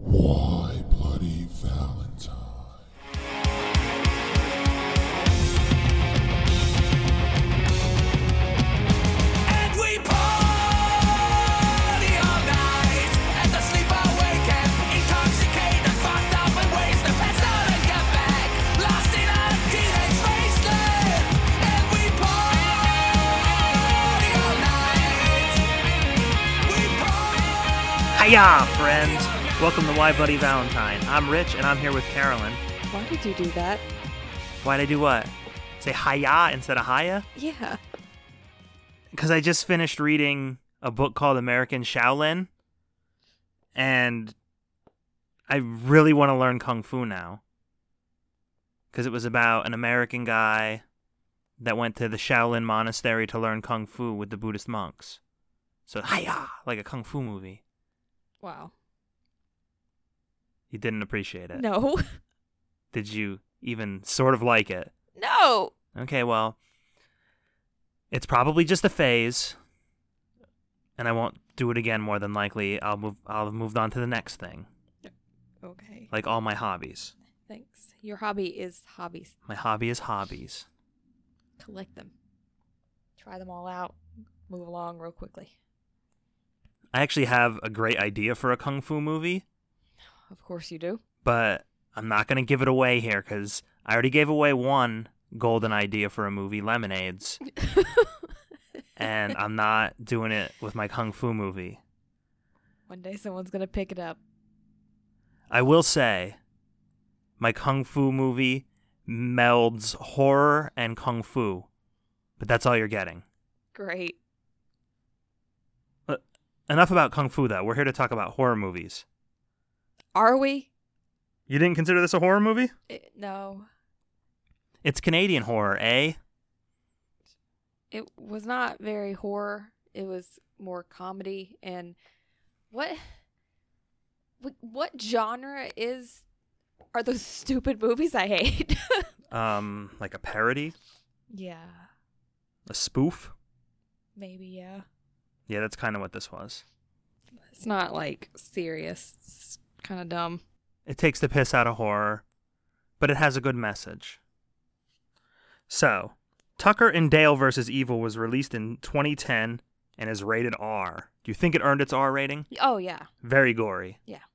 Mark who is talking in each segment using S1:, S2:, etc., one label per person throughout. S1: Why Bloody Valentine?
S2: And we party all night, and the sleeper wake up, intoxicated, fucked up, and ways to pass out and get back, lost in a teenage wasteland. And we party all night. We party.
S3: Hiya, friends! Welcome to Why Buddy Valentine. I'm Rich, and I'm here with Carolyn.
S4: Why did you do that?
S3: Why'd I do what? Say hiya instead of hiya?
S4: Yeah.
S3: Because I just finished reading a book called American Shaolin, and I really want to learn Kung Fu now. Because it was about an American guy that went to the Shaolin monastery to learn Kung Fu with the Buddhist monks. So, hiya! Like a Kung Fu movie.
S4: Wow.
S3: You didn't appreciate it.
S4: No.
S3: Did you even sort of like it?
S4: No.
S3: Okay, well, it's probably just a phase, and I won't do it again. More than likely, I'll move. I'll have moved on to the next thing,
S4: Okay.
S3: like all my hobbies.
S4: Thanks. Your hobby is hobbies.
S3: My hobby is hobbies.
S4: Collect them. Try them all out. Move along real quickly.
S3: I actually have a great idea for a kung fu movie,
S4: Of course you do.
S3: but I'm not gonna give it away here because I already gave away one golden idea for a movie, Lemonades, and I'm not doing it with my kung fu movie.
S4: One day someone's gonna pick it up.
S3: I will say, my kung fu movie melds horror and kung fu, but that's all you're getting.
S4: Great.
S3: But enough about kung fu, though. We're here to talk about horror movies.
S4: Are we?
S3: You didn't consider this a horror movie?
S4: It, no.
S3: It's Canadian horror, eh?
S4: It was not very horror. It was more comedy and what? What, what genre is? Are those stupid movies I hate?
S3: Um, like a parody,
S4: yeah.
S3: a spoof.
S4: Maybe. Yeah.
S3: Yeah, that's kind of what this was.
S4: It's not like serious. It's kind of dumb.
S3: It takes the piss out of horror, but it has a good message. So, Tucker and Dale versus Evil was released in 2010 and is rated R. Do you think it earned its R rating?
S4: Oh yeah,
S3: Very gory.
S4: yeah.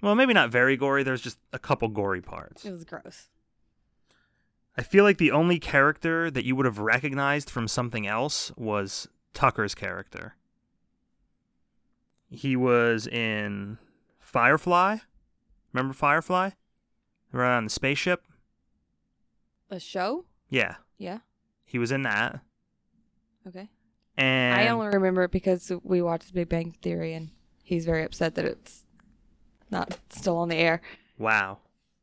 S3: Well, maybe not very gory, there's just a couple gory parts.
S4: It was gross.
S3: I feel like the only character that you would have recognized from something else was Tucker's character. He was in Firefly. Remember Firefly? Right on the spaceship?
S4: A show?
S3: Yeah.
S4: Yeah.
S3: He was in that.
S4: Okay.
S3: And
S4: I only remember it because we watched Big Bang Theory, and he's very upset that it's not still on the air.
S3: Wow.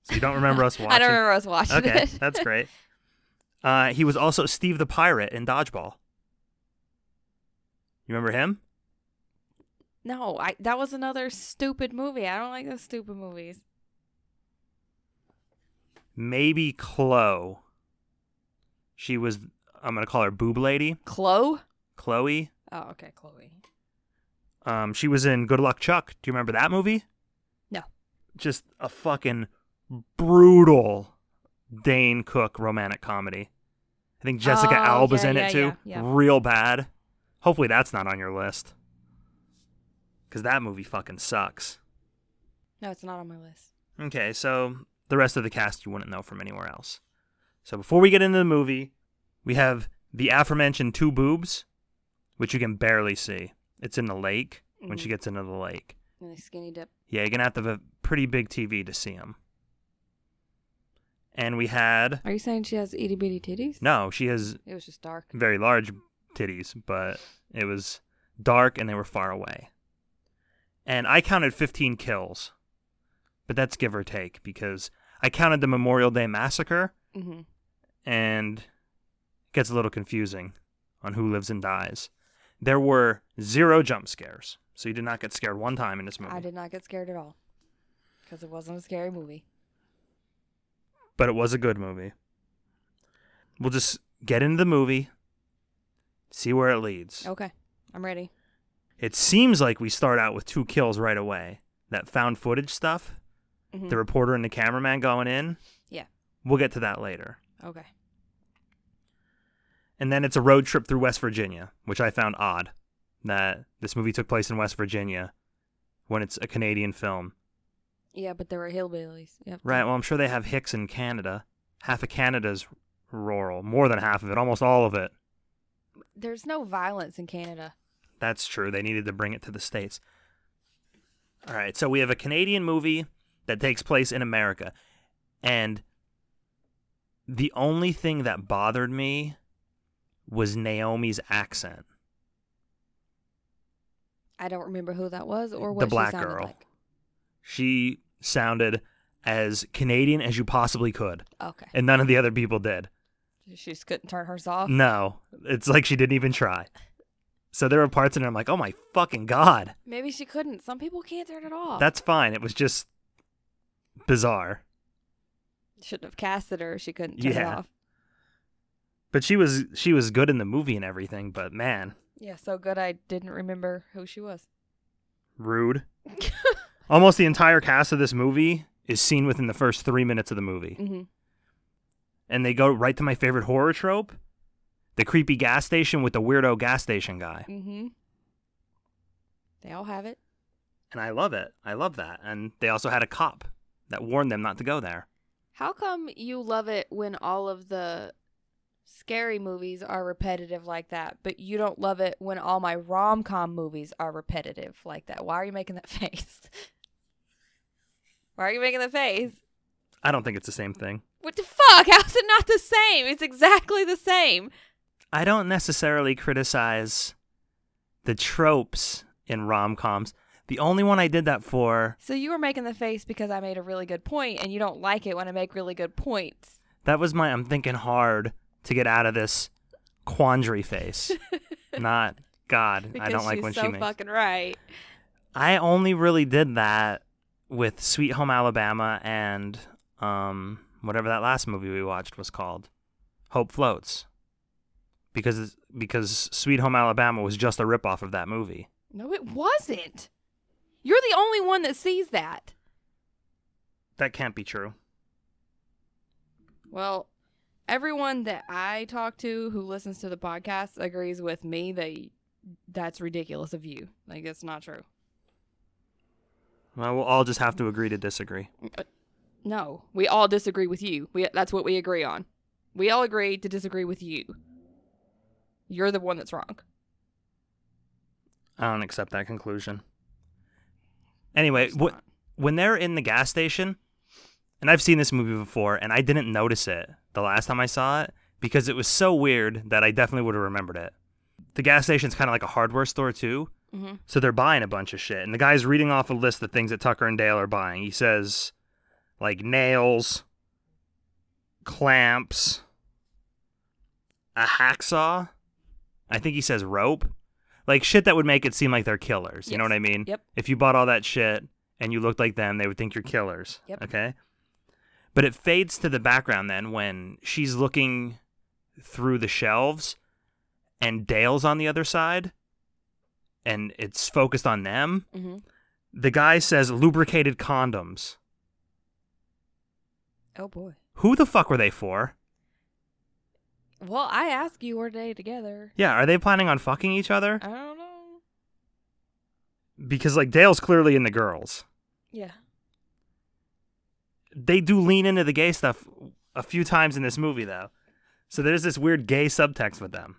S3: So you don't remember us watching?
S4: I don't remember us watching
S3: Okay,
S4: it.
S3: that's great. Uh, he was also Steve the Pirate in Dodgeball. You remember him?
S4: no, I that was another stupid movie. I don't like those stupid movies.
S3: Maybe Chloe. She was, I'm going to call her Boob Lady.
S4: Chloe.
S3: Chloe.
S4: Oh, okay, Chloe.
S3: Um, she was in Good Luck Chuck. Do you remember that movie?
S4: No.
S3: Just a fucking brutal Dane Cook romantic comedy. I think Jessica
S4: Oh,
S3: Alba's
S4: yeah,
S3: in
S4: yeah,
S3: it too.
S4: yeah, yeah.
S3: Real bad. Hopefully that's not on your list. Because that movie fucking sucks.
S4: No, it's not on my list.
S3: Okay, so the rest of the cast you wouldn't know from anywhere else. So before we get into the movie, we have the aforementioned two boobs, which you can barely see. It's in the lake when she
S4: Mhm.
S3: gets into the lake.
S4: And the skinny dip.
S3: Yeah, you're gonna have to have a pretty big TV to see them. And we had
S4: Are you saying she has itty bitty titties?
S3: no, she has
S4: It was just dark.
S3: very large titties, but it was dark and they were far away. And I counted 15 kills, but that's give or take because I counted the Memorial Day massacre,
S4: Mm-hmm.
S3: and it gets a little confusing on who lives and dies. There were zero jump scares, so you did not get scared one time in this movie.
S4: I did not get scared at all. because it wasn't a scary movie.
S3: but it was a good movie. We'll just get into the movie, see where it leads.
S4: Okay, I'm ready.
S3: It seems like we start out with two kills right away. That found footage stuff,
S4: Mhm.
S3: the reporter and the cameraman going in.
S4: Yeah.
S3: We'll get to that later.
S4: Okay.
S3: And then it's a road trip through West Virginia, which I found odd that this movie took place in West Virginia when it's a Canadian film.
S4: Yeah, but there were hillbillies. Yep.
S3: Right. Well, I'm sure they have Hicks in Canada. Half of Canada's rural, more than half of it, almost all of it.
S4: There's no violence in Canada.
S3: That's true. They needed to bring it to the States. All right. So we have a Canadian movie that takes place in America. And the only thing that bothered me was Naomi's accent.
S4: I don't remember who that was or
S3: The
S4: what
S3: black
S4: she sounded
S3: girl.
S4: like.
S3: She sounded as Canadian as you possibly could.
S4: Okay.
S3: And none of the other people did.
S4: She just couldn't turn hers off.
S3: No. It's like she didn't even try. So there were parts in it I'm like, oh my fucking God.
S4: Maybe she couldn't. Some people can't turn it off.
S3: That's fine. It was just bizarre.
S4: Shouldn't have casted her. She couldn't turn
S3: Yeah.
S4: it off.
S3: But she was she was good in the movie and everything, but man,
S4: Yeah, so good I didn't remember who she was.
S3: rude. Almost the entire cast of this movie is seen within the first 3 minutes of the movie.
S4: hmm
S3: And they go right to my favorite horror trope, the creepy gas station with the weirdo gas station guy.
S4: hmm They all have it.
S3: And I love it. I love that. And they also had a cop that warned them not to go there.
S4: How come you love it when all of the scary movies are repetitive like that, but you don't love it when all my rom com movies are repetitive like that? Why are you making that face? Why are you making that face?
S3: I don't think it's the same thing.
S4: What the fuck? How's it not the same? It's exactly the same.
S3: I don't necessarily criticize the tropes in rom-coms. The only one I did that for
S4: So you were making the face because I made a really good point, and you don't like it when I make really good points.
S3: That was my I'm thinking hard to get out of this quandary face. Not God,
S4: Because
S3: I don't like
S4: she's
S3: when
S4: so
S3: she makes.
S4: fucking right.
S3: I only really did that with Sweet Home Alabama and um whatever that last movie we watched was called, Hope Floats. Because because Sweet Home Alabama was just a ripoff of that movie.
S4: No, it wasn't. You're the only one that sees that.
S3: That can't be true.
S4: Well, everyone that I talk to who listens to the podcast agrees with me that y- that's ridiculous of you. Like that's not true.
S3: Well, we'll all just have to agree to disagree.
S4: No, we all disagree with you. We that's what we agree on. We all agree to disagree with you. You're the one that's wrong.
S3: I don't accept that conclusion. Anyway,
S4: It's
S3: what
S4: not.
S3: when they're in the gas station, and I've seen this movie before, and I didn't notice it the last time I saw it because it was so weird that I definitely would have remembered it. The gas station's kind of like a hardware store too,
S4: Mhm.
S3: so they're buying a bunch of shit, and the guy's reading off a list of things that Tucker and Dale are buying. He says, like nails, clamps, a hacksaw. I think he says rope. Like shit that would make it seem like they're killers. You know
S4: Yes.
S3: what I mean?
S4: Yep.
S3: If you bought all that shit and you looked like them, they would think you're killers.
S4: Yep.
S3: Okay. But it fades to the background then when she's looking through the shelves and Dale's on the other side and it's focused on them.
S4: Mhm.
S3: The guy says lubricated condoms.
S4: Oh boy.
S3: Who the fuck were they for?
S4: Well, I ask you, were they together?
S3: Yeah, are they planning on fucking each other?
S4: I don't know.
S3: Because like Dale's clearly in the girls.
S4: Yeah.
S3: They do lean into the gay stuff a few times in this movie though. So there's this weird gay subtext with them.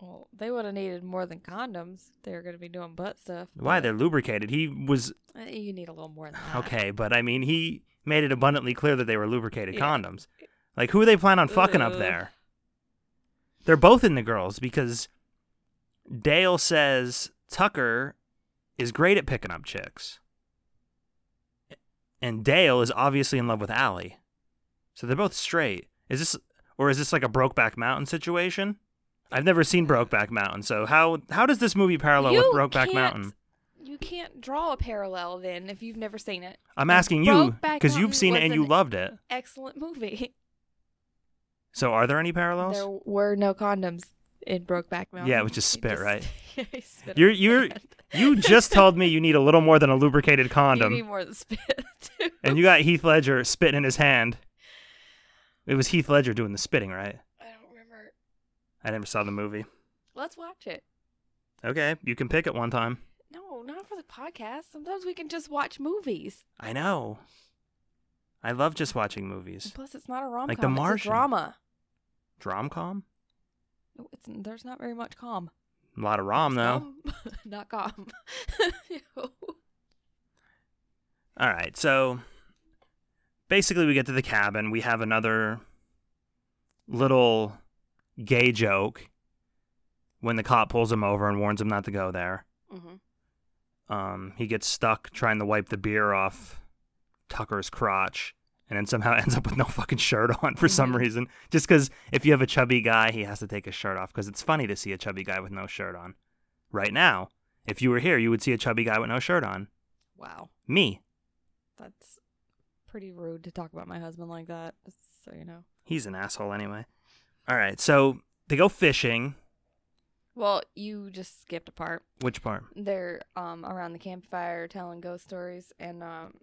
S4: Well, they would have needed more than condoms. if They were going to be doing butt stuff.
S3: Why
S4: but
S3: they're lubricated. He was
S4: I think You need a little more than that.
S3: okay, but I mean he made it abundantly clear that they were lubricated
S4: Yeah.
S3: condoms. Like who are they planning on fucking up
S4: Ugh.
S3: there? They're both in the girls because Dale says Tucker is great at picking up chicks. And Dale is obviously in love with Allie. So they're both straight. Is this or is this like a Brokeback Mountain situation? I've never seen Brokeback Mountain, so how how does this movie parallel
S4: Uh, You
S3: with Brokeback
S4: can't-
S3: Mountain?
S4: You can't draw a parallel then if you've never seen it.
S3: I'm asking you
S4: Brokeback
S3: because you've
S4: Mountain
S3: seen it
S4: was
S3: and you
S4: an
S3: loved it.
S4: Excellent movie.
S3: So are there any parallels?
S4: There were no condoms in Brokeback Mountain.
S3: Yeah, it was just
S4: He
S3: spit, right?
S4: yeah, he spit on
S3: You're
S4: his
S3: you're
S4: hand.
S3: you just told me you need a little more than a lubricated condom,
S4: You need more than spit. too.
S3: and you got Heath Ledger spitting in his hand. It was Heath Ledger doing the spitting, right?
S4: I don't remember.
S3: I never saw the movie.
S4: Let's watch it.
S3: Okay, you can pick it one time.
S4: No, not for the podcast. Sometimes we can just watch movies.
S3: I know. I love just watching movies.
S4: And plus, it's not a rom com.
S3: Like The
S4: It's a
S3: Martian.
S4: drama.
S3: Dromcom?
S4: No, It's, there's not very much calm.
S3: A lot of rom though.
S4: Calm? not calm.
S3: All right, so basically we get to the cabin. We have another little gay joke when the cop pulls him over and warns him not to go there.
S4: hmm
S3: Um, he gets stuck trying to wipe the beer off Tucker's crotch, and then somehow ends up with no fucking shirt on for some
S4: Mhm.
S3: reason. Just because if you have a chubby guy, he has to take his shirt off because it's funny to see a chubby guy with no shirt on. Right now, if you were here, you would see a chubby guy with no shirt on.
S4: Wow.
S3: Me.
S4: That's pretty rude to talk about my husband like that. just So you know.
S3: He's an asshole anyway. All right, so they go fishing.
S4: Well, you just skipped a part.
S3: Which part?
S4: They're um around the campfire telling ghost stories, and um,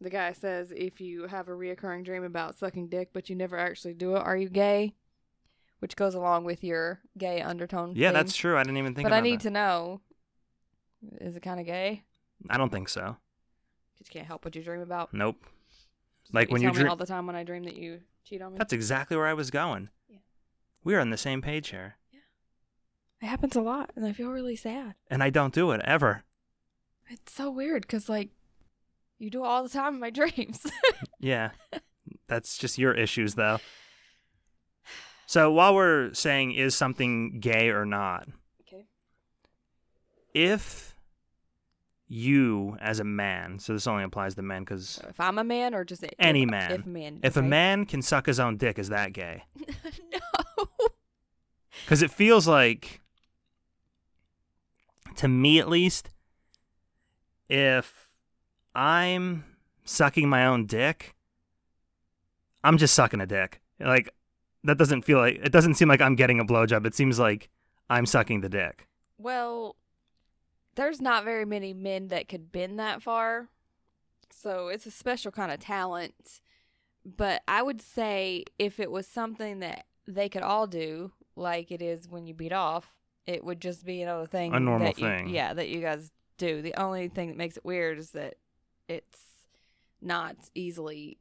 S4: the guy says, "If you have a reoccurring dream about sucking dick, but you never actually do it, are you gay?" Which goes along with your gay undertone.
S3: Yeah,
S4: thing.
S3: that's true. I didn't even think
S4: But
S3: about
S4: I need
S3: that.
S4: to know: is it kind of gay?
S3: I don't think so.
S4: 'Cause you can't help what you dream about.
S3: Nope. Like
S4: you
S3: when
S4: tell
S3: you
S4: me
S3: dream-
S4: all the time when I dream that you cheat on me.
S3: That's exactly where I was going.
S4: Yeah.
S3: We're on the same page here.
S4: it happens a lot, and I feel really sad.
S3: And I don't do it ever.
S4: It's so weird because like you do it all the time in my dreams.
S3: Yeah. That's just your issues, though. So while we're saying is something gay or not,
S4: okay.
S3: if you as a man, so this only applies to men because
S4: So if I'm a man or just a,
S3: any
S4: if,
S3: man,
S4: If a man.
S3: if a
S4: okay?
S3: man can suck his own dick, is that gay?
S4: no.
S3: Because it feels like, to me at least, if I'm sucking my own dick, I'm just sucking a dick. Like, that doesn't feel like, it doesn't seem like I'm getting a blowjob. It seems like I'm sucking the dick.
S4: Well, there's not very many men that could bend that far. So it's a special kind of talent. But I would say if it was something that they could all do, like it is when you beat off, it would just be another thing.
S3: A normal
S4: that you-
S3: thing.
S4: yeah, that you guys do. The only thing that makes it weird is that it's not easily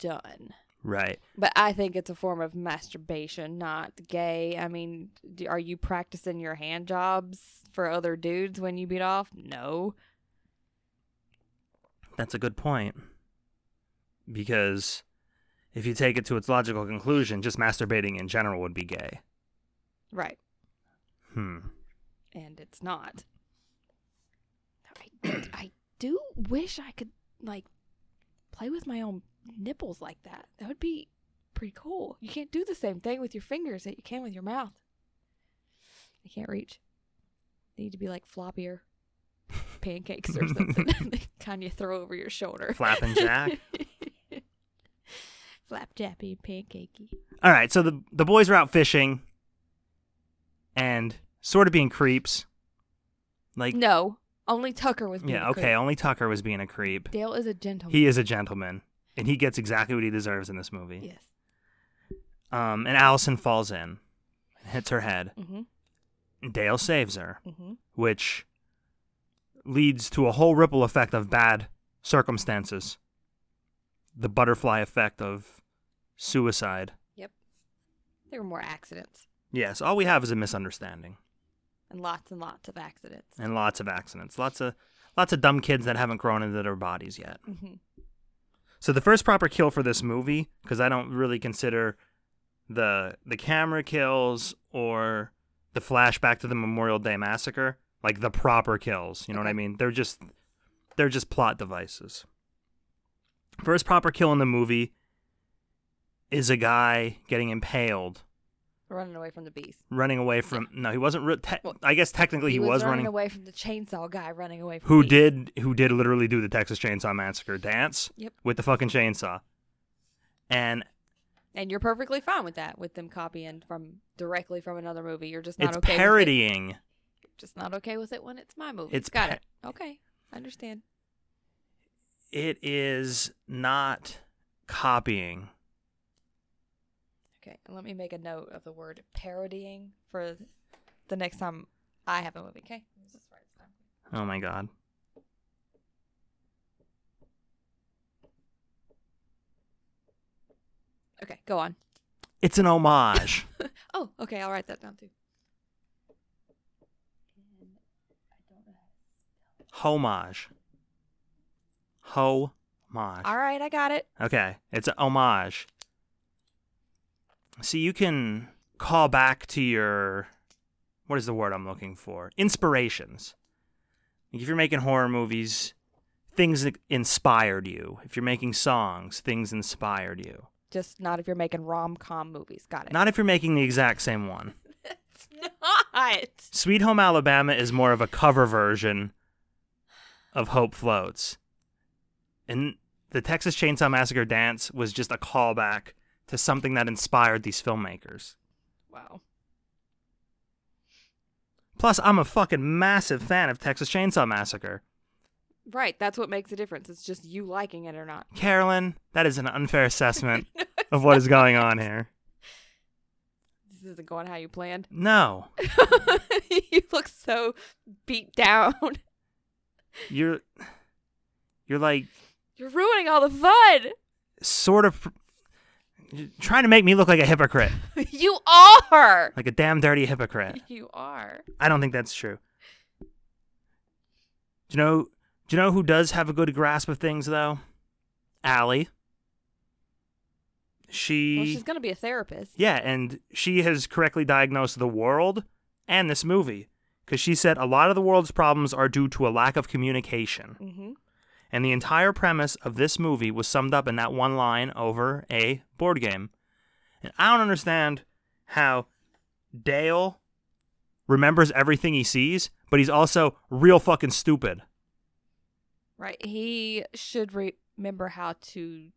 S4: done.
S3: Right.
S4: But I think it's a form of masturbation, not gay. I mean, do, are you practicing your hand jobs for other dudes when you beat off? No.
S3: That's a good point. Because if you take it to its logical conclusion, just masturbating in general would be gay.
S4: Right.
S3: Hmm.
S4: And it's not. I, I do wish I could, like, play with my own nipples like that. That would be pretty cool. You can't do the same thing with your fingers that you can with your mouth. I can't reach. They need to be like floppier pancakes or something. they kind of throw over your shoulder.
S3: Flappin' Jack.
S4: Flapjappy and pancakey.
S3: All right, so the the boys are out fishing and sort of being creeps. Like
S4: no, only Tucker was. Being
S3: yeah,
S4: a
S3: okay, only Tucker was being a creep.
S4: creep. Dale is a gentleman.
S3: He is a gentleman and he gets exactly what he deserves in this movie.
S4: Yes.
S3: Um and Allison falls in, hits her head.
S4: Mhm.
S3: Dale saves her,
S4: Mhm.
S3: which leads to a whole ripple effect of bad circumstances. The butterfly effect of suicide.
S4: Yep. There were more accidents
S3: Yes, all we have is a misunderstanding.
S4: and lots and lots of accidents.
S3: and lots of accidents. Lots of lots of dumb kids that haven't grown into their bodies yet.
S4: hmm
S3: So the first proper kill for this movie, because I don't really consider the the camera kills or the flashback to the Memorial Day massacre like the proper kills. You know what I
S4: Okay.
S3: mean? They're just they're just plot devices. First proper kill in the movie is a guy getting impaled
S4: running away from the beast.
S3: running away from. No, he wasn't. Re- te-
S4: Well,
S3: I guess technically he,
S4: was, running,
S3: running.
S4: away from the chainsaw guy running away from
S3: who
S4: the beast.
S3: did who did literally do the Texas Chainsaw Massacre dance
S4: Yep.
S3: with the fucking chainsaw, and
S4: And you're perfectly fine with that, with them copying from directly from another movie. You're just not
S3: it's
S4: okay. With it.
S3: parodying.
S4: Just not okay with it when it's my movie.
S3: It's
S4: got
S3: pa-
S4: it. Okay, I understand.
S3: It is not copying.
S4: Okay, and let me make a note of the word parodying for the next time I have a movie. Okay.
S3: Oh my god.
S4: Okay, go on.
S3: It's an homage.
S4: Oh, okay, I'll write that down too.
S3: homage. Homage.
S4: All right, I got it.
S3: Okay, it's a homage. See, you can call back to your what is the word I'm looking for? Inspirations. Like, if you're making horror movies, things that inspired you. If you're making songs, things inspired you.
S4: Just not if you're making rom com movies. Got it.
S3: Not if you're making the exact same one.
S4: it's not.
S3: Sweet Home Alabama is more of a cover version of Hope Floats. And the Texas Chainsaw Massacre dance was just a callback to something that inspired these filmmakers.
S4: Wow.
S3: Plus, I'm a fucking massive fan of Texas Chainsaw Massacre.
S4: Right, that's what makes the difference. It's just you liking it or not.
S3: Carolyn, that is an unfair assessment of what is going on here.
S4: This isn't going how you planned.
S3: No,
S4: you look so beat down.
S3: you're you're like
S4: You're ruining all the fun.
S3: sort of pr- you're trying to make me look like a hypocrite,
S4: You are.
S3: like a damn dirty hypocrite.
S4: You are.
S3: I don't think that's true. Do you know? Do you know who does have a good grasp of things though? Allie. She.
S4: Well, she's gonna be a therapist.
S3: yeah, and she has correctly diagnosed the world and this movie because she said a lot of the world's problems are due to a lack of communication,
S4: Mm-hmm.
S3: and the entire premise of this movie was summed up in that one line over a board game. And I don't understand how Dale remembers everything he sees, but he's also real fucking stupid.
S4: Right. He should re- remember how to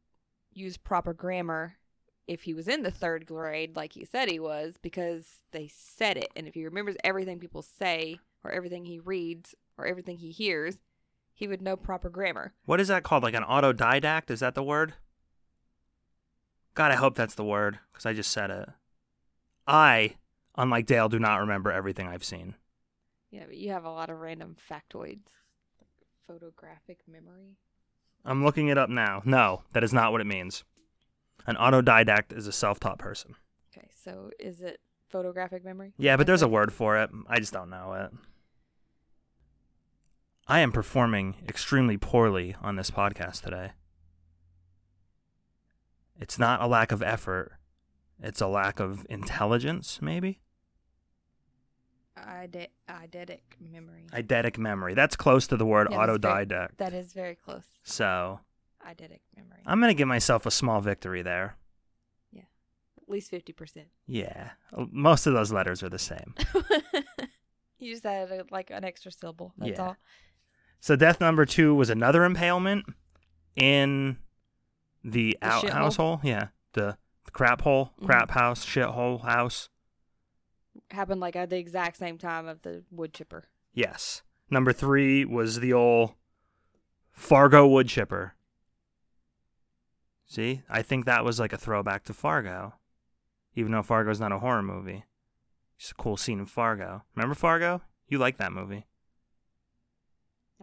S4: use proper grammar if he was in the third grade, like he said he was, because they said it. And if he remembers everything people say, or everything he reads, or everything he hears, he would know proper grammar.
S3: What is that called? Like an autodidact? Is that the word? God, I hope that's the word because I just said it. I, unlike Dale, do not remember everything I've seen.
S4: Yeah, but you have a lot of random factoids. Photographic memory.
S3: I'm looking it up now. No, that is not what it means. An autodidact is a self taught person.
S4: Okay, so is it photographic memory?
S3: Yeah, but there's a
S4: Okay.
S3: word for it. I just don't know it. I am performing extremely poorly on this podcast today. It's not a lack of effort, it's a lack of intelligence, maybe?
S4: Ide- eidetic memory.
S3: Eidetic memory. That's close to the word
S4: Yeah, that's very-
S3: autodidact.
S4: That is very close.
S3: So
S4: Eidetic memory.
S3: I'm going to give myself a small victory there.
S4: yeah, at least fifty percent.
S3: Yeah. Most of those letters are the same.
S4: you just added uh, like an extra syllable. That's
S3: Yeah.
S4: all.
S3: So death number two was another impalement in the,
S4: The
S3: out
S4: shithole?
S3: house hole. Yeah, the, the crap hole, crap house, shithole house.
S4: Happened like at the exact same time of the wood chipper.
S3: Yes. Number three was the old Fargo wood chipper. See, I think that was like a throwback to Fargo, even though Fargo's not a horror movie. Just a cool scene in Fargo. Remember Fargo? You like that movie?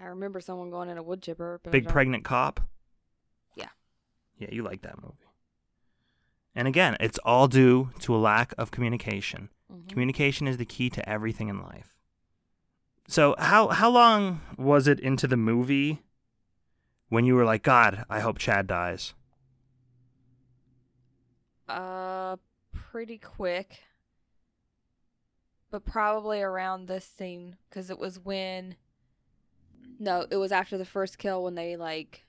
S4: I remember someone going in a wood chipper. But I
S3: Big
S4: don't-
S3: pregnant cop.
S4: Yeah.
S3: Yeah, you like that movie. And again, it's all due to a lack of communication.
S4: Mhm.
S3: Communication is the key to everything in life. So how how long was it into the movie when you were like, God, I hope Chad dies?
S4: Uh, pretty quick, but probably around this scene because it was when. No, it was after the first kill when they like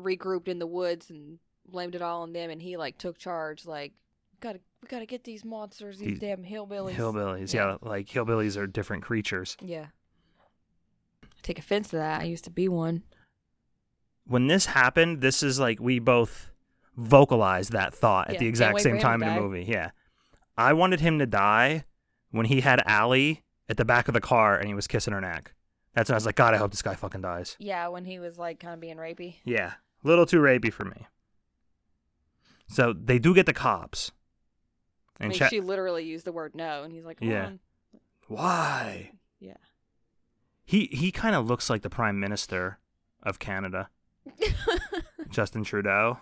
S4: regrouped in the woods and blamed it all on them, and he like took charge. Like, gotta we gotta get these monsters,
S3: These
S4: these damn hillbillies.
S3: Hillbillies, yeah, like hillbillies are different creatures.
S4: Yeah. I take offense to that. I used to be one.
S3: When this happened, this is like we both vocalized that thought at
S4: Yeah,
S3: the
S4: can't
S3: exact
S4: wait
S3: same
S4: for him
S3: time
S4: to
S3: in the
S4: die.
S3: movie. Yeah, I wanted him to die when he had Allie at the back of the car and he was kissing her neck. That's when I was like, God, I hope this guy fucking dies.
S4: Yeah, when he was like kind of being rapey.
S3: Yeah, a little too rapey for me. So they do get the cops.
S4: I
S3: And
S4: mean,
S3: Sha-
S4: she literally used the word no, and he's like, Come
S3: Yeah.
S4: on.
S3: why?
S4: Yeah.
S3: He he kind of looks like the prime minister of Canada, Justin Trudeau.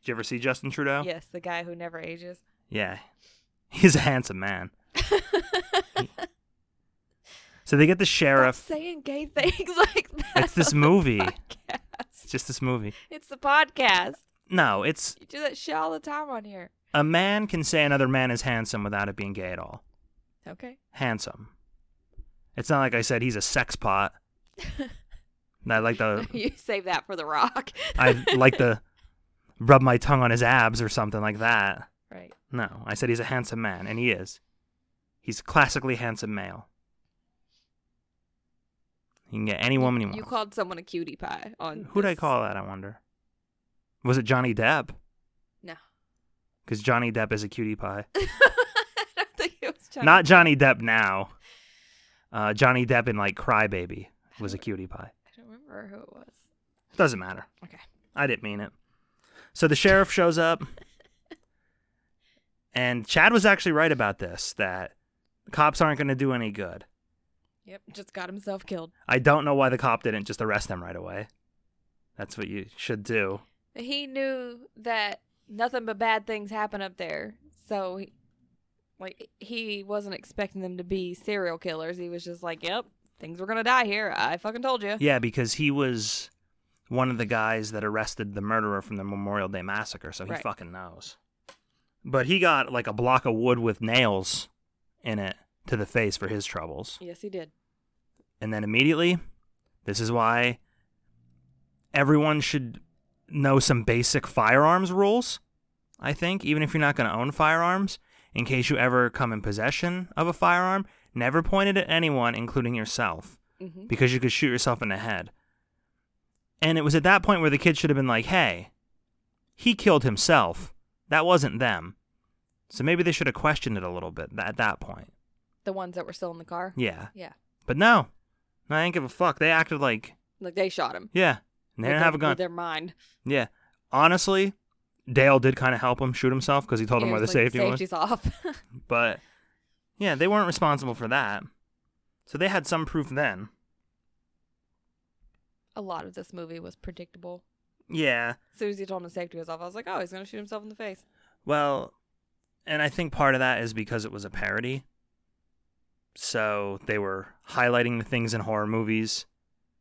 S3: Did you ever see Justin Trudeau?
S4: Yes, the guy who never ages.
S3: Yeah. He's a handsome man. So they get the
S4: Stop
S3: sheriff.
S4: saying gay things like that.
S3: It's this
S4: on the
S3: movie.
S4: podcast.
S3: It's just this movie.
S4: It's the podcast.
S3: No, it's
S4: You do that shit all the time on here.
S3: a man can say another man is handsome without it being gay at all.
S4: Okay.
S3: Handsome. It's not like I said he's a sex pot. And I like the
S4: you save that for the rock.
S3: Uh, I like the rub my tongue on his abs or something like that.
S4: right.
S3: No, I said he's a handsome man, and he is. He's classically handsome male. He can get any woman he wants.
S4: You called someone a cutie pie on
S3: Who'd I
S4: this-
S3: call that? I wonder. Was it Johnny Depp?
S4: No.
S3: Because Johnny Depp is a cutie pie.
S4: I don't think it was Johnny.
S3: Not Johnny Depp now. Uh, Johnny Depp in like Crybaby was a cutie pie.
S4: I don't remember who it was.
S3: Doesn't matter.
S4: Okay.
S3: I didn't mean it. So the sheriff shows up, and Chad was actually right about this that cops aren't going to do any good.
S4: Yep. Just got himself killed.
S3: I don't know why the cop didn't just arrest them right away. That's what you should do.
S4: He knew that nothing but bad things happen up there, so he, like he wasn't expecting them to be serial killers. He was just like, "Yep, things were gonna die here. I fucking told you."
S3: Yeah, because he was one of the guys that arrested the murderer from the Memorial Day massacre, so he
S4: Right.
S3: fucking knows. But he got like a block of wood with nails in it to the face for his troubles.
S4: Yes, he did.
S3: And then immediately, this is why everyone should know some basic firearms rules, I think, even if you're not going to own firearms, in case you ever come in possession of a firearm, never point it at anyone, including yourself,
S4: hmm
S3: because you could shoot yourself in the head. And it was at that point where the kid should have been like, hey, he killed himself. That wasn't them. So maybe they should have questioned it a little bit at that point.
S4: The ones that were still in the car.
S3: Yeah.
S4: Yeah,
S3: But no, I didn't give a fuck. They acted like,
S4: like they shot him.
S3: yeah, and they
S4: With
S3: didn't
S4: their-
S3: have a gun.
S4: With their mind.
S3: Yeah, honestly, Dale did kind of help him shoot himself because he told him
S4: He
S3: where the
S4: was like,
S3: safety was.
S4: safety's off.
S3: But yeah, they weren't responsible for that, so they had some proof then.
S4: a lot of this movie was predictable.
S3: Yeah,
S4: As soon as he told him safety was off, I was like, "Oh, he's gonna shoot himself in the face."
S3: well, and I think part of that is because it was a parody. So they were highlighting the things in horror movies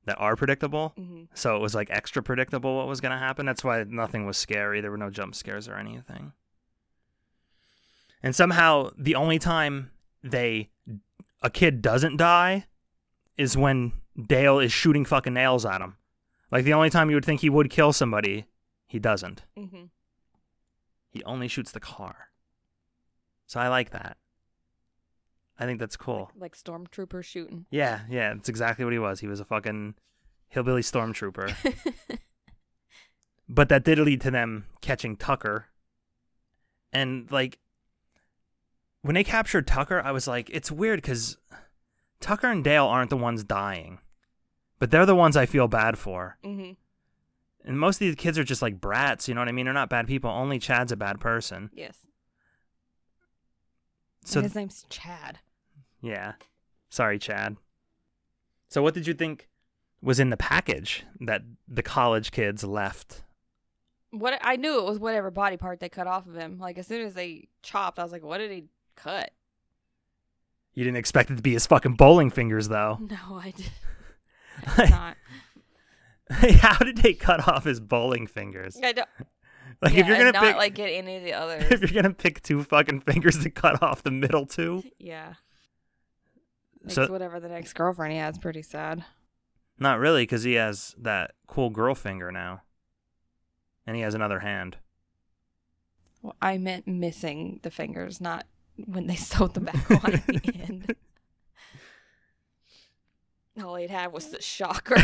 S3: that are predictable.
S4: hmm
S3: So it was like extra predictable what was going to happen. That's why nothing was scary. There were no jump scares or anything. And somehow the only time they a kid doesn't die is when Dale is shooting fucking nails at him. Like the only time you would think he would kill somebody, he doesn't.
S4: hmm
S3: He only shoots the car. So I like that. I think that's cool.
S4: Like stormtrooper shooting.
S3: Yeah, yeah, that's exactly what he was. He was a fucking hillbilly stormtrooper.
S4: Mm-hmm.
S3: but that did lead to them catching Tucker. And like when they captured Tucker, I was like, it's weird cuz Tucker and Dale aren't the ones dying. But they're the ones I feel bad for.
S4: hmm
S3: And most of these kids are just like brats, you know what I mean? They're not bad people. Only Chad's a bad person.
S4: Yes.
S3: So
S4: and his name's Chad.
S3: Yeah. Sorry, Chad. So, what did you think was in the package that the college kids left?
S4: What I knew it was whatever body part they cut off of him. Like as soon as they chopped, I was like, "What did he cut?"
S3: You didn't expect it to be his fucking bowling fingers, though.
S4: No, I did, I did not.
S3: How did they cut off his bowling fingers?
S4: I don't.
S3: Like,
S4: yeah,
S3: if you're
S4: and
S3: gonna
S4: not
S3: pick,
S4: like get any of the
S3: if
S4: others.
S3: you're gonna pick two fucking fingers to cut off the middle two,
S4: yeah. Makes
S3: So-
S4: whatever the next girlfriend he has pretty sad.
S3: not really, because he has that cool girl finger now, and he has another hand.
S4: Well, I meant missing the fingers, not when they sewed them back on at the end. All he'd had was the shocker.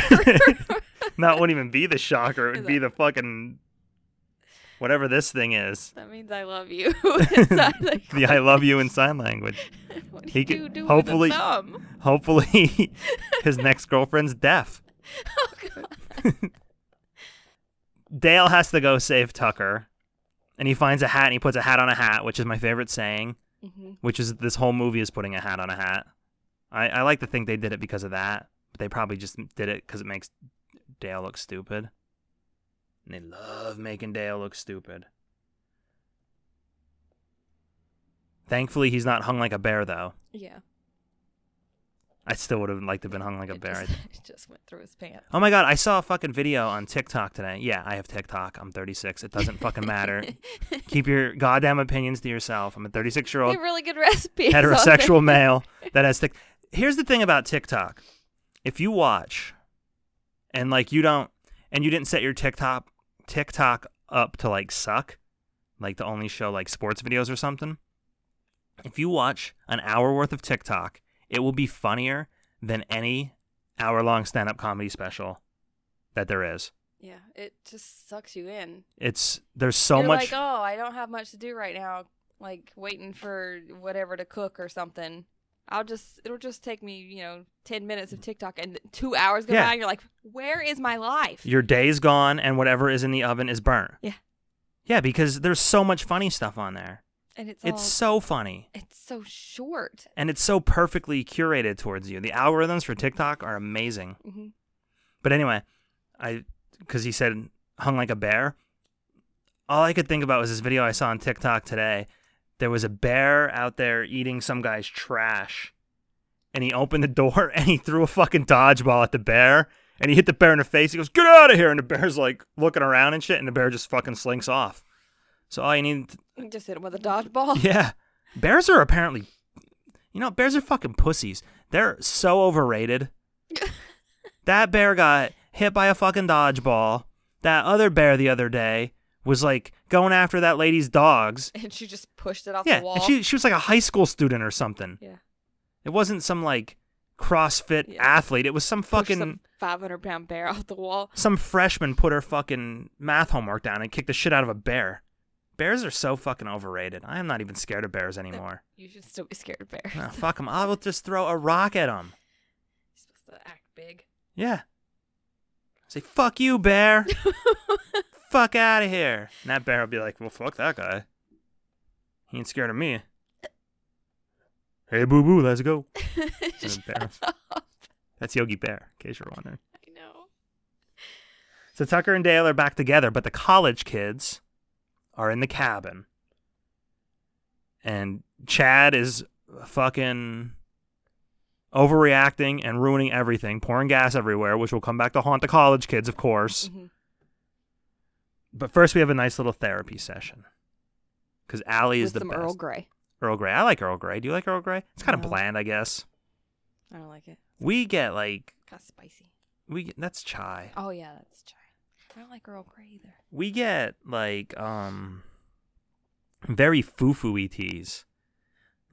S3: Not wouldn't even be the shocker. It would
S4: Is
S3: be
S4: it-
S3: the fucking whatever this thing is.
S4: that means I love you. Inside the
S3: The I love you in sign language.
S4: what do
S3: he
S4: you
S3: could-
S4: do with a
S3: hopefully-
S4: thumb?
S3: Hopefully, his next girlfriend's deaf.
S4: Oh, God.
S3: Dale has to go save Tucker, and he finds a hat and he puts a hat on a hat, which is my favorite saying.
S4: Mhm.
S3: Which is this whole movie is putting a hat on a hat. I, I like to think they did it because of that, but they probably just did it because it makes Dale look stupid. And they love making Dale look stupid. Thankfully, he's not hung like a bear, though.
S4: Yeah.
S3: I still would have liked to have been hung like a
S4: it
S3: bear.
S4: Just, it just went through his pants.
S3: Oh my god, I saw a fucking video on TikTok today. Yeah, I have TikTok. I'm 36. It doesn't fucking matter. Keep your goddamn opinions to yourself. I'm a 36 year old
S4: They're really good recipes. on there.
S3: heterosexual male that has tic- here's the thing about TikTok. If you watch and like you don't and you didn't set your TikTok TikTok up to like suck, like to only show like sports videos or something. If you watch an hour worth of TikTok, it will be funnier than any hour long stand up comedy special that there is.
S4: Yeah, it just sucks you in.
S3: It's there's so
S4: You're
S3: much
S4: Like, oh, I don't have much to do right now. Like waiting for whatever to cook or something. I'll just it'll just take me you know ten minutes of TikTok and two hours go
S3: Yeah.
S4: by and you're like, where is my life?
S3: your day's gone and whatever is in the oven is burnt.
S4: oh. Yeah.
S3: Yeah, because there's so much funny stuff on there.
S4: and it's
S3: It's so funny.
S4: all it's so short.
S3: And it's so perfectly curated towards you. The algorithms for TikTok are amazing.
S4: Mhm.
S3: But anyway, I because he said hung like a bear. All I could think about was this video I saw on TikTok today. There was a bear out there eating some guy's trash, and he opened the door and he threw a fucking dodgeball at the bear, and he hit the bear in the face. He goes, "Get out of here!" And the bear's like looking around and shit, and the bear just fucking slinks off. So all you need,
S4: You Just hit him with a dodgeball.
S3: yeah, bears are apparently, you know, bears are fucking pussies. They're so overrated. that bear got hit by a fucking dodgeball. That other bear the other day was like going after that lady's dogs.
S4: And she just pushed it off
S3: Yeah,
S4: the wall.
S3: and she she was like a high school student or something.
S4: yeah.
S3: It wasn't some like CrossFit
S4: Yeah.
S3: athlete. It was some fucking
S4: five hundred pound bear off the wall.
S3: some freshman put her fucking math homework down and kicked the shit out of a bear. Bears are so fucking overrated. I am not even scared of bears anymore.
S4: You should still be scared of bears.
S3: No, Ah, fuck them. I will just throw a rock at them.
S4: You're supposed to act big.
S3: Yeah. Say, fuck you, bear. fuck out of here. And that bear will be like, well, fuck that guy. He ain't scared of me. Hey, boo boo, let's go.
S4: Shut
S3: bear.
S4: up.
S3: That's Yogi Bear, in case you're wondering.
S4: I know.
S3: So Tucker and Dale are back together, but the college kids are in the cabin. And Chad is fucking overreacting and ruining everything, pouring gas everywhere, which will come back to haunt the college kids, of course.
S4: Mhm.
S3: But first, we have a nice little therapy session. Because Allie is
S4: With
S3: the
S4: some
S3: best.
S4: Earl Grey.
S3: Earl Grey. I like Earl Grey. Do you like Earl Grey? It's kind of
S4: No.
S3: bland, I guess.
S4: I don't like it.
S3: We get like
S4: Kind of spicy.
S3: we get, that's chai.
S4: Oh yeah, that's chai. I don't like Earl Grey either.
S3: we get like um very foo-foo-y teas.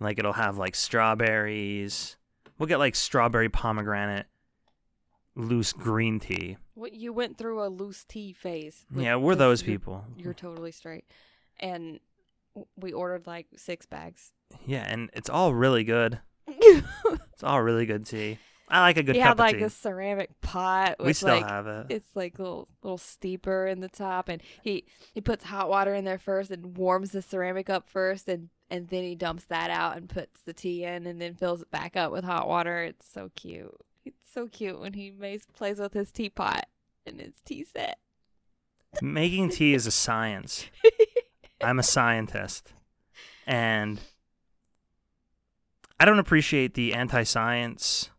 S3: Like it'll have like strawberries. We'll get like strawberry pomegranate, loose green tea.
S4: What you went through a loose tea phase. with-
S3: yeah, we're
S4: with
S3: those
S4: your-
S3: people.
S4: You're totally straight. And w- we ordered like six bags.
S3: Yeah, and it's all really good.
S4: you
S3: It's all really good tea. I like a good cup
S4: had
S3: of
S4: like
S3: tea.
S4: a ceramic pot.
S3: we
S4: with,
S3: still
S4: like,
S3: have it.
S4: It's like little little steeper in the top, and he he puts hot water in there first, and warms the ceramic up first, and and then he dumps that out and puts the tea in, and then fills it back up with hot water. It's so cute. It's so cute when he makes, plays with his teapot and his tea set.
S3: Making tea is a science. I'm a scientist. And I don't appreciate the anti science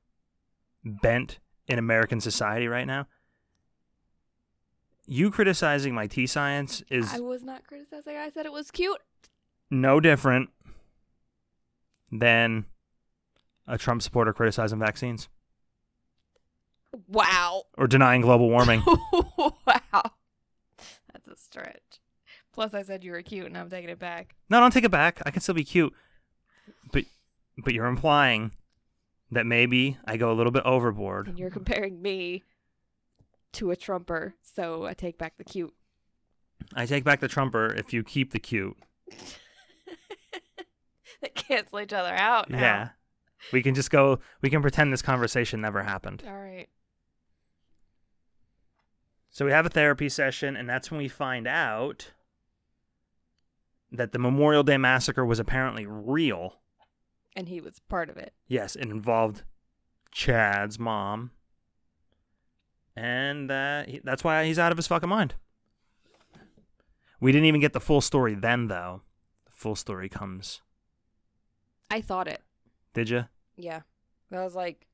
S3: bent in American society right now. You criticizing my tea science is
S4: I was not criticizing. I said it was cute.
S3: no different than a Trump supporter criticizing vaccines
S4: Wow.
S3: or denying global warming.
S4: wow. That's a stretch. Plus, I said you were cute, and I'm taking it back.
S3: No, don't take it back. I can still be cute. But but you're implying that maybe I go a little bit
S4: And
S3: overboard.
S4: you're comparing me to a trumper, so I take back the cute.
S3: I take back the trumper if you keep the cute.
S4: They cancel each other out. now.
S3: Yeah. We can just go we can pretend this conversation never happened.
S4: All right.
S3: So we have a therapy session and that's when we find out that the Memorial Day massacre was apparently real.
S4: And he was part of it.
S3: Yes, it involved Chad's mom. And uh, he, that's why he's out of his fucking mind. We didn't even get the full story then, though. The full story comes.
S4: I thought it.
S3: Did you?
S4: Yeah. I was like,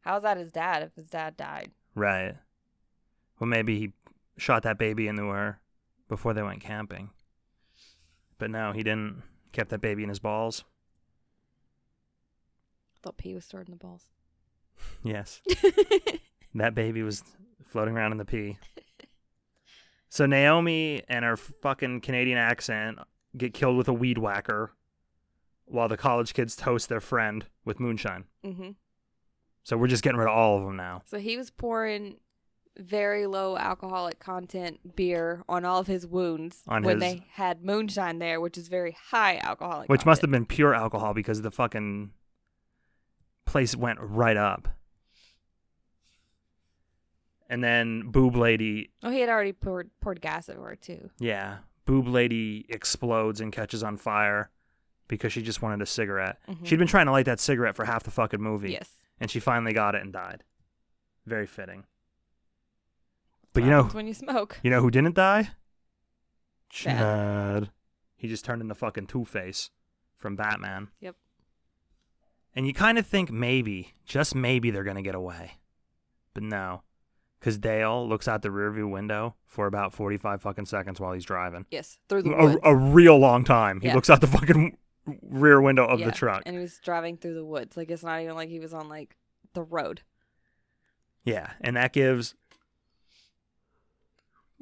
S4: how's that his dad if his dad died?
S3: Right. Well, maybe he shot that baby into her before they went camping. But no, he didn't. Kept that baby in his balls.
S4: I thought P was stored in the balls.
S3: Yes. that baby was floating around in the pee. So Naomi and her fucking Canadian accent get killed with a weed whacker while the college kids toast their friend with moonshine.
S4: hmm
S3: So we're just getting rid of all of them now.
S4: So he was pouring very low alcoholic content beer on all of his wounds
S3: On
S4: when
S3: his-
S4: they had moonshine there, which is very high alcoholic.
S3: Which must have been pure alcohol because the fucking place went right up. And then Boob Lady,
S4: Oh, he had already poured poured gas everywhere too.
S3: yeah, Boob Lady explodes and catches on fire because she just wanted a cigarette.
S4: Mhm.
S3: She'd been trying to light that cigarette for half the fucking movie.
S4: Yes.
S3: And she finally got it and died. Very fitting. But you know,
S4: That's when you smoke.
S3: you know who didn't die?
S4: Chad.
S3: Chad. He just turned into fucking Two Face from Batman.
S4: Yep.
S3: And you kind of think maybe, just maybe, they're going to get away. But no. Because Dale looks out the rearview window for about 45 fucking seconds while he's driving.
S4: Yes, through the
S3: A,
S4: woods.
S3: a real long time. He
S4: Yeah.
S3: looks out the fucking rear window of
S4: Yeah,
S3: the truck.
S4: and he was driving through the woods. Like it's not even like he was on like the road.
S3: Yeah, and that gives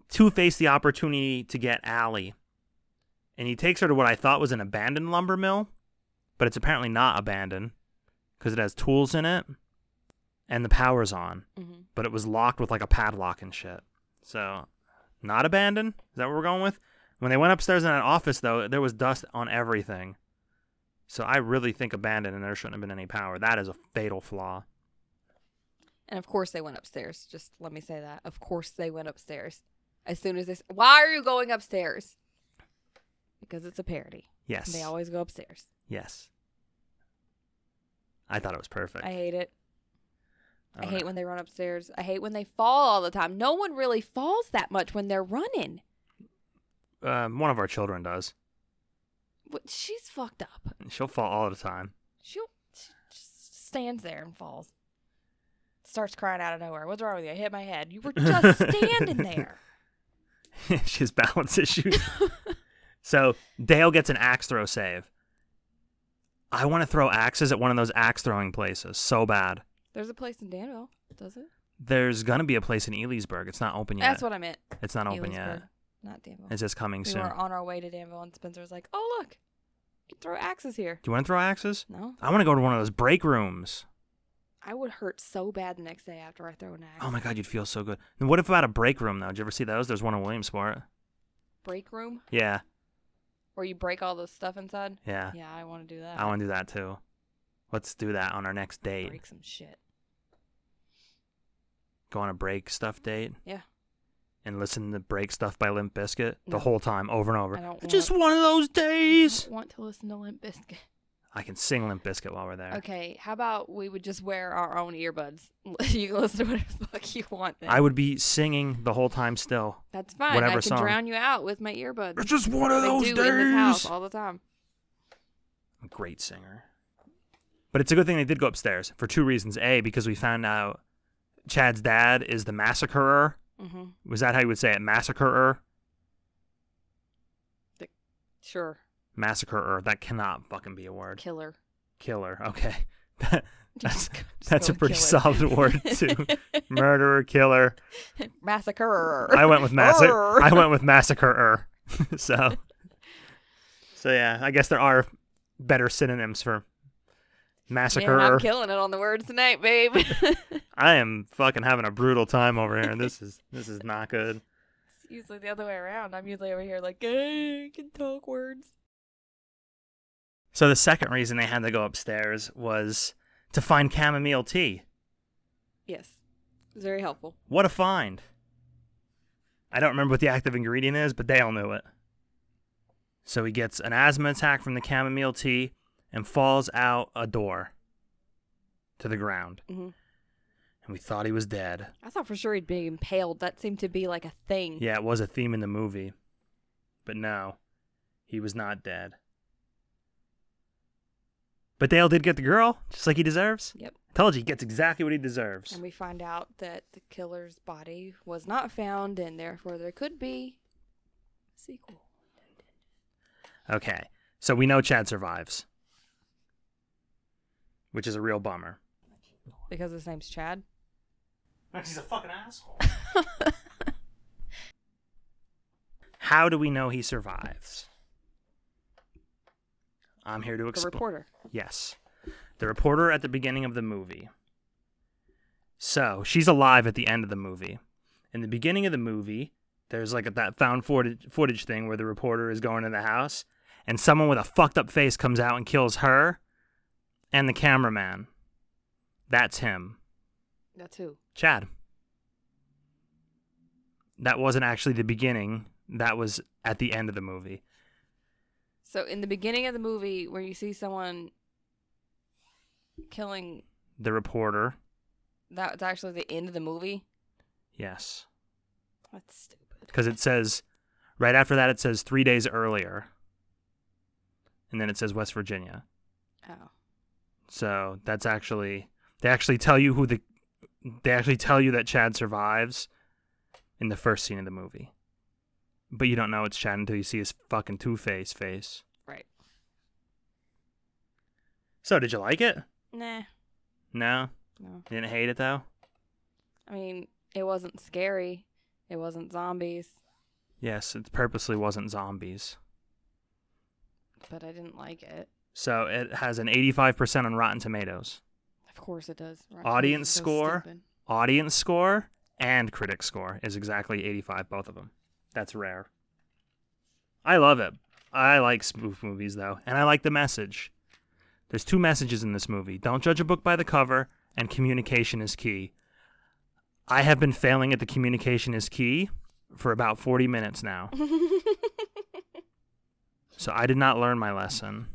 S3: Two Face the opportunity to get Allie. And he takes her to what I thought was an abandoned lumber mill, but it's apparently not abandoned because it has tools in it and the power's on,
S4: Mhm.
S3: but it was locked with like a padlock and shit. So, not abandoned. Is that what we're going with? When they went upstairs in that office, though, there was dust on everything. So, I really think abandoned and there shouldn't have been any power. That is a fatal flaw.
S4: And of course they went upstairs. Just let me say that. Of course they went upstairs. As soon as they, s- why are you going upstairs? Because it's a parody.
S3: Yes.
S4: They always go upstairs.
S3: Yes. I thought it was perfect.
S4: I hate it. I
S3: don't
S4: hate
S3: know.
S4: when they run upstairs. I hate when they fall all the time. No one really falls that much when they're running.
S3: Um, one of our children does.
S4: What- She's fucked up.
S3: She'll fall all the time.
S4: She'll, she just stands there and falls. Starts crying out of nowhere. What's wrong with you? I hit my head. You were just standing there.
S3: she has balance issues. so Dale gets an axe throw save. I want to throw axes at one of those axe throwing places so bad.
S4: There's a place in Danville, does it?
S3: There's gonna be a place in Elysburg. It's not open yet.
S4: That's what I meant.
S3: it's not open yet.
S4: Healdsburg, Not Danville.
S3: It's just coming
S4: we
S3: soon.
S4: were on our way to Danville, and Spencer was like, "Oh look, you can throw axes here."
S3: Do you want to throw axes?
S4: No,
S3: I want to go to one of those break rooms.
S4: I would hurt so bad the next day after I throw an axe.
S3: Oh my god, you'd feel so good. And what if about a break room though? Did you ever see those? There's one in Williamsport.
S4: Break room
S3: Yeah,
S4: where you break all the stuff inside.
S3: yeah.
S4: Yeah, I want to do that.
S3: I want to do that too. Let's do that on our next date.
S4: break some shit.
S3: Go on a break stuff date
S4: Yeah,
S3: and listen to Break Stuff by Limp Bizkit the
S4: No.
S3: whole time over and over.
S4: I don't
S3: It's just one of those days.
S4: want to listen to Limp Bizkit.
S3: I can sing Limp Bizkit while we're there.
S4: Okay, how about we would just wear our own earbuds? you can listen to whatever the fuck you want. Then.
S3: I would be singing the whole time still.
S4: That's fine. I
S3: whatever
S4: can
S3: song.
S4: drown you out with my earbuds.
S3: It's just one of
S4: They
S3: those
S4: do
S3: days.
S4: in this house all the time.
S3: I'm a great singer. But it's a good thing they did go upstairs for two reasons. A, because we found out Chad's dad is the massacrer.
S4: hmm
S3: Was that how you would say it? Massacrer?
S4: Sure,
S3: Massacrer. That cannot fucking be a word.
S4: killer.
S3: killer. Okay. That That's-
S4: Just go- just
S3: that's
S4: go
S3: a
S4: and
S3: pretty
S4: kill it.
S3: solid word, too. Murderer, killer.
S4: Massacre.
S3: I went with massacre.
S4: Arr.
S3: I went with massacre. so, so yeah, I guess there are better synonyms for massacre.
S4: Man, I'm killing it on the words tonight, babe. it's
S3: I am fucking having a brutal time over here. This is this is not good.
S4: usually the other way around. I'm usually over here like, "Hey, I can talk words.
S3: So the second reason they had to go upstairs was to find chamomile tea.
S4: Yes. It's very helpful.
S3: What a find! I don't remember what the active ingredient is, but they all knew it. So he gets an asthma attack from the chamomile tea and falls out a door to the ground.
S4: hmm
S3: and we thought he was dead.
S4: I thought for sure he'd be impaled. That seemed to be like a thing.
S3: Yeah, it was a theme in the movie. But no, he was not dead. But Dale did get the girl, just like he deserves.
S4: Yep.
S3: Told you, he gets exactly what he deserves.
S4: And we find out that the killer's body was not found, and therefore there could be a sequel.
S3: Okay, so we know Chad survives, which is a real bummer.
S4: Because his name's Chad.
S3: He's a fucking asshole. How do we know he survives? I'm here to
S4: The
S3: explain.
S4: reporter.
S3: Yes. The reporter at the beginning of the movie. So she's alive at the end of the movie. In the beginning of the movie, there's like that found footage, footage thing where the reporter is going to the house and someone with a fucked up face comes out and kills her and the cameraman. That's him.
S4: That's who.
S3: Chad. That wasn't actually the beginning. That was at the end of the movie.
S4: So in the beginning of the movie, where you see someone killing,
S3: The reporter.
S4: that's actually the end of the movie.
S3: Yes.
S4: That's stupid.
S3: because it says right after that it says three days earlier and then it says west virginia
S4: Oh,
S3: so that's actually they actually tell you who the they actually tell you that chad survives in the first scene of the movie but you don't know it's chad until you see his fucking two face face
S4: right.
S3: so did you like it
S4: Nah,
S3: no
S4: no.
S3: you didn't hate it though
S4: I mean, it wasn't scary. It wasn't zombies,
S3: yes it purposely wasn't zombies
S4: but I didn't like it.
S3: so it has an 85% on rotten tomatoes
S4: Of course it does. Rotten
S3: audience
S4: Tomatoes is so
S3: score,
S4: stupid.
S3: audience score, and critic score is exactly 85, both of them. That's rare. I love it. I like spoof movies, though, and I like the message. There's two messages in this movie don't judge a book by the cover, and communication is key. I have been failing at the communication is key for about 40 minutes now. so I did not learn my lesson.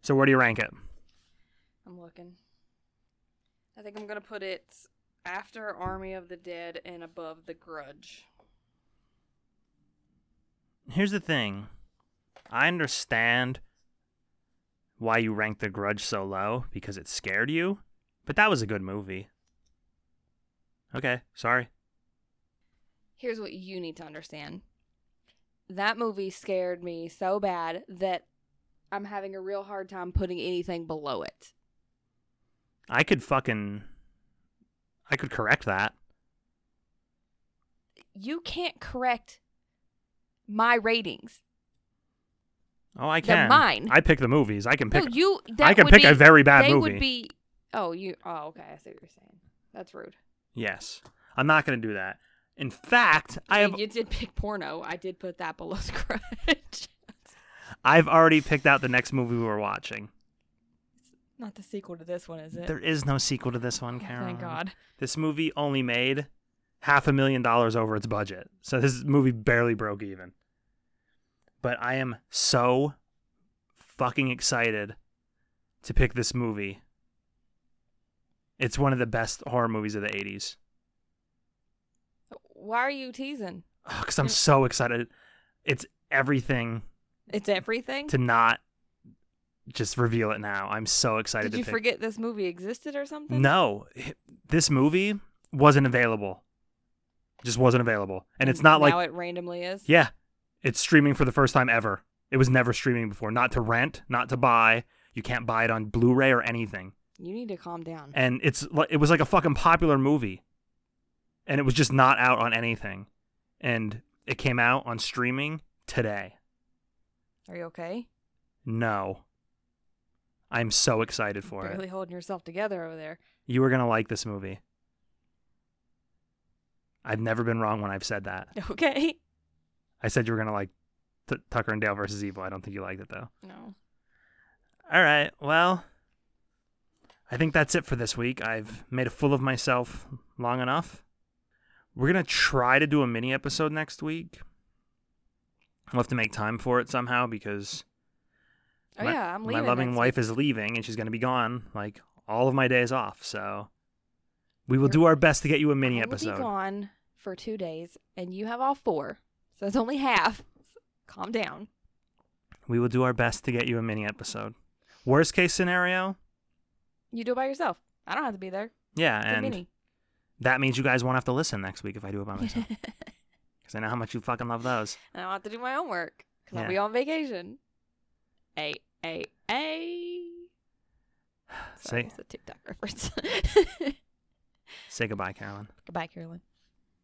S3: So, where do you rank it?
S4: I'm looking. I think I'm gonna put it after Army of the Dead and above The Grudge.
S3: here's the thing i understand why you ranked the grudge so low because it scared you but that was a good movie okay sorry
S4: Here's what you need to understand. That movie scared me so bad that I'm having a real hard time putting anything below it.
S3: i could fucking i could correct that
S4: You can't correct my ratings.
S3: oh i
S4: They're
S3: can
S4: mine.
S3: i pick the movies i can pick
S4: no, you. That
S3: i can
S4: would
S3: pick
S4: be,
S3: a very bad
S4: they
S3: movie
S4: would be. Oh, you. Oh, okay. I see what you're saying. That's rude.
S3: yes i'm not gonna do that in fact i
S4: I
S3: have
S4: you did pick porno. I did put that below Scratch.
S3: i've already picked out the next movie we're watching
S4: Not the sequel to this one, is it?
S3: there is no sequel to this one
S4: Oh,
S3: Karen.
S4: Thank God.
S3: this movie only made half a million dollars over its budget. So this movie barely broke even. But I am so fucking excited to pick this movie. It's one of the best horror movies of the 80s.
S4: Why are you teasing?
S3: Because I'm so excited. It's everything
S4: It's everything.
S3: to not just reveal it now. I'm so excited
S4: Did
S3: to
S4: you
S3: pick.
S4: forget this movie existed or something?
S3: No, this movie wasn't available. Just wasn't available. And it's not like
S4: now it randomly is.
S3: Yeah. It's streaming for the first time ever. It was never streaming before. Not to rent, not to buy. You can't buy it on Blu-ray or anything.
S4: You need to calm down.
S3: And it's li- it was like a fucking popular movie, and it was just not out on anything, and it came out on streaming today.
S4: Are you okay?
S3: No. I'm so excited for
S4: Barely
S3: it.
S4: holding yourself together over there.
S3: You are going to like this movie. I've never been wrong when I've said that.
S4: Okay.
S3: I said you were going to like t- Tucker and Dale versus Evil. I don't think you liked it though.
S4: No.
S3: All right. Well, I think that's it for this week. I've made a fool of myself long enough. We're going to try to do a mini episode next week. We'll have to make time for it somehow because
S4: Oh
S3: my,
S4: yeah, I'm
S3: my
S4: leaving.
S3: loving
S4: next
S3: wife is leaving, and she's going to be gone like all of my days off. So we will
S4: You're-
S3: do our best to get you a
S4: week.
S3: mini
S4: I will be
S3: episode.
S4: gone for two days, and you have all four, so it's only half. Calm down.
S3: We will do our best to get you a mini episode. Worst case scenario,
S4: You do it by yourself. I don't have to be there.
S3: yeah,
S4: It's a
S3: and
S4: mini.
S3: that means you guys won't have to listen next week if I do it by myself because I know how much you fucking love those.
S4: And I'll have to do my own work because
S3: Yeah.
S4: I'll be on vacation. A a a.
S3: Say
S4: Sorry, it's a TikTok reference.
S3: say goodbye, Carolyn.
S4: Goodbye, Carolyn.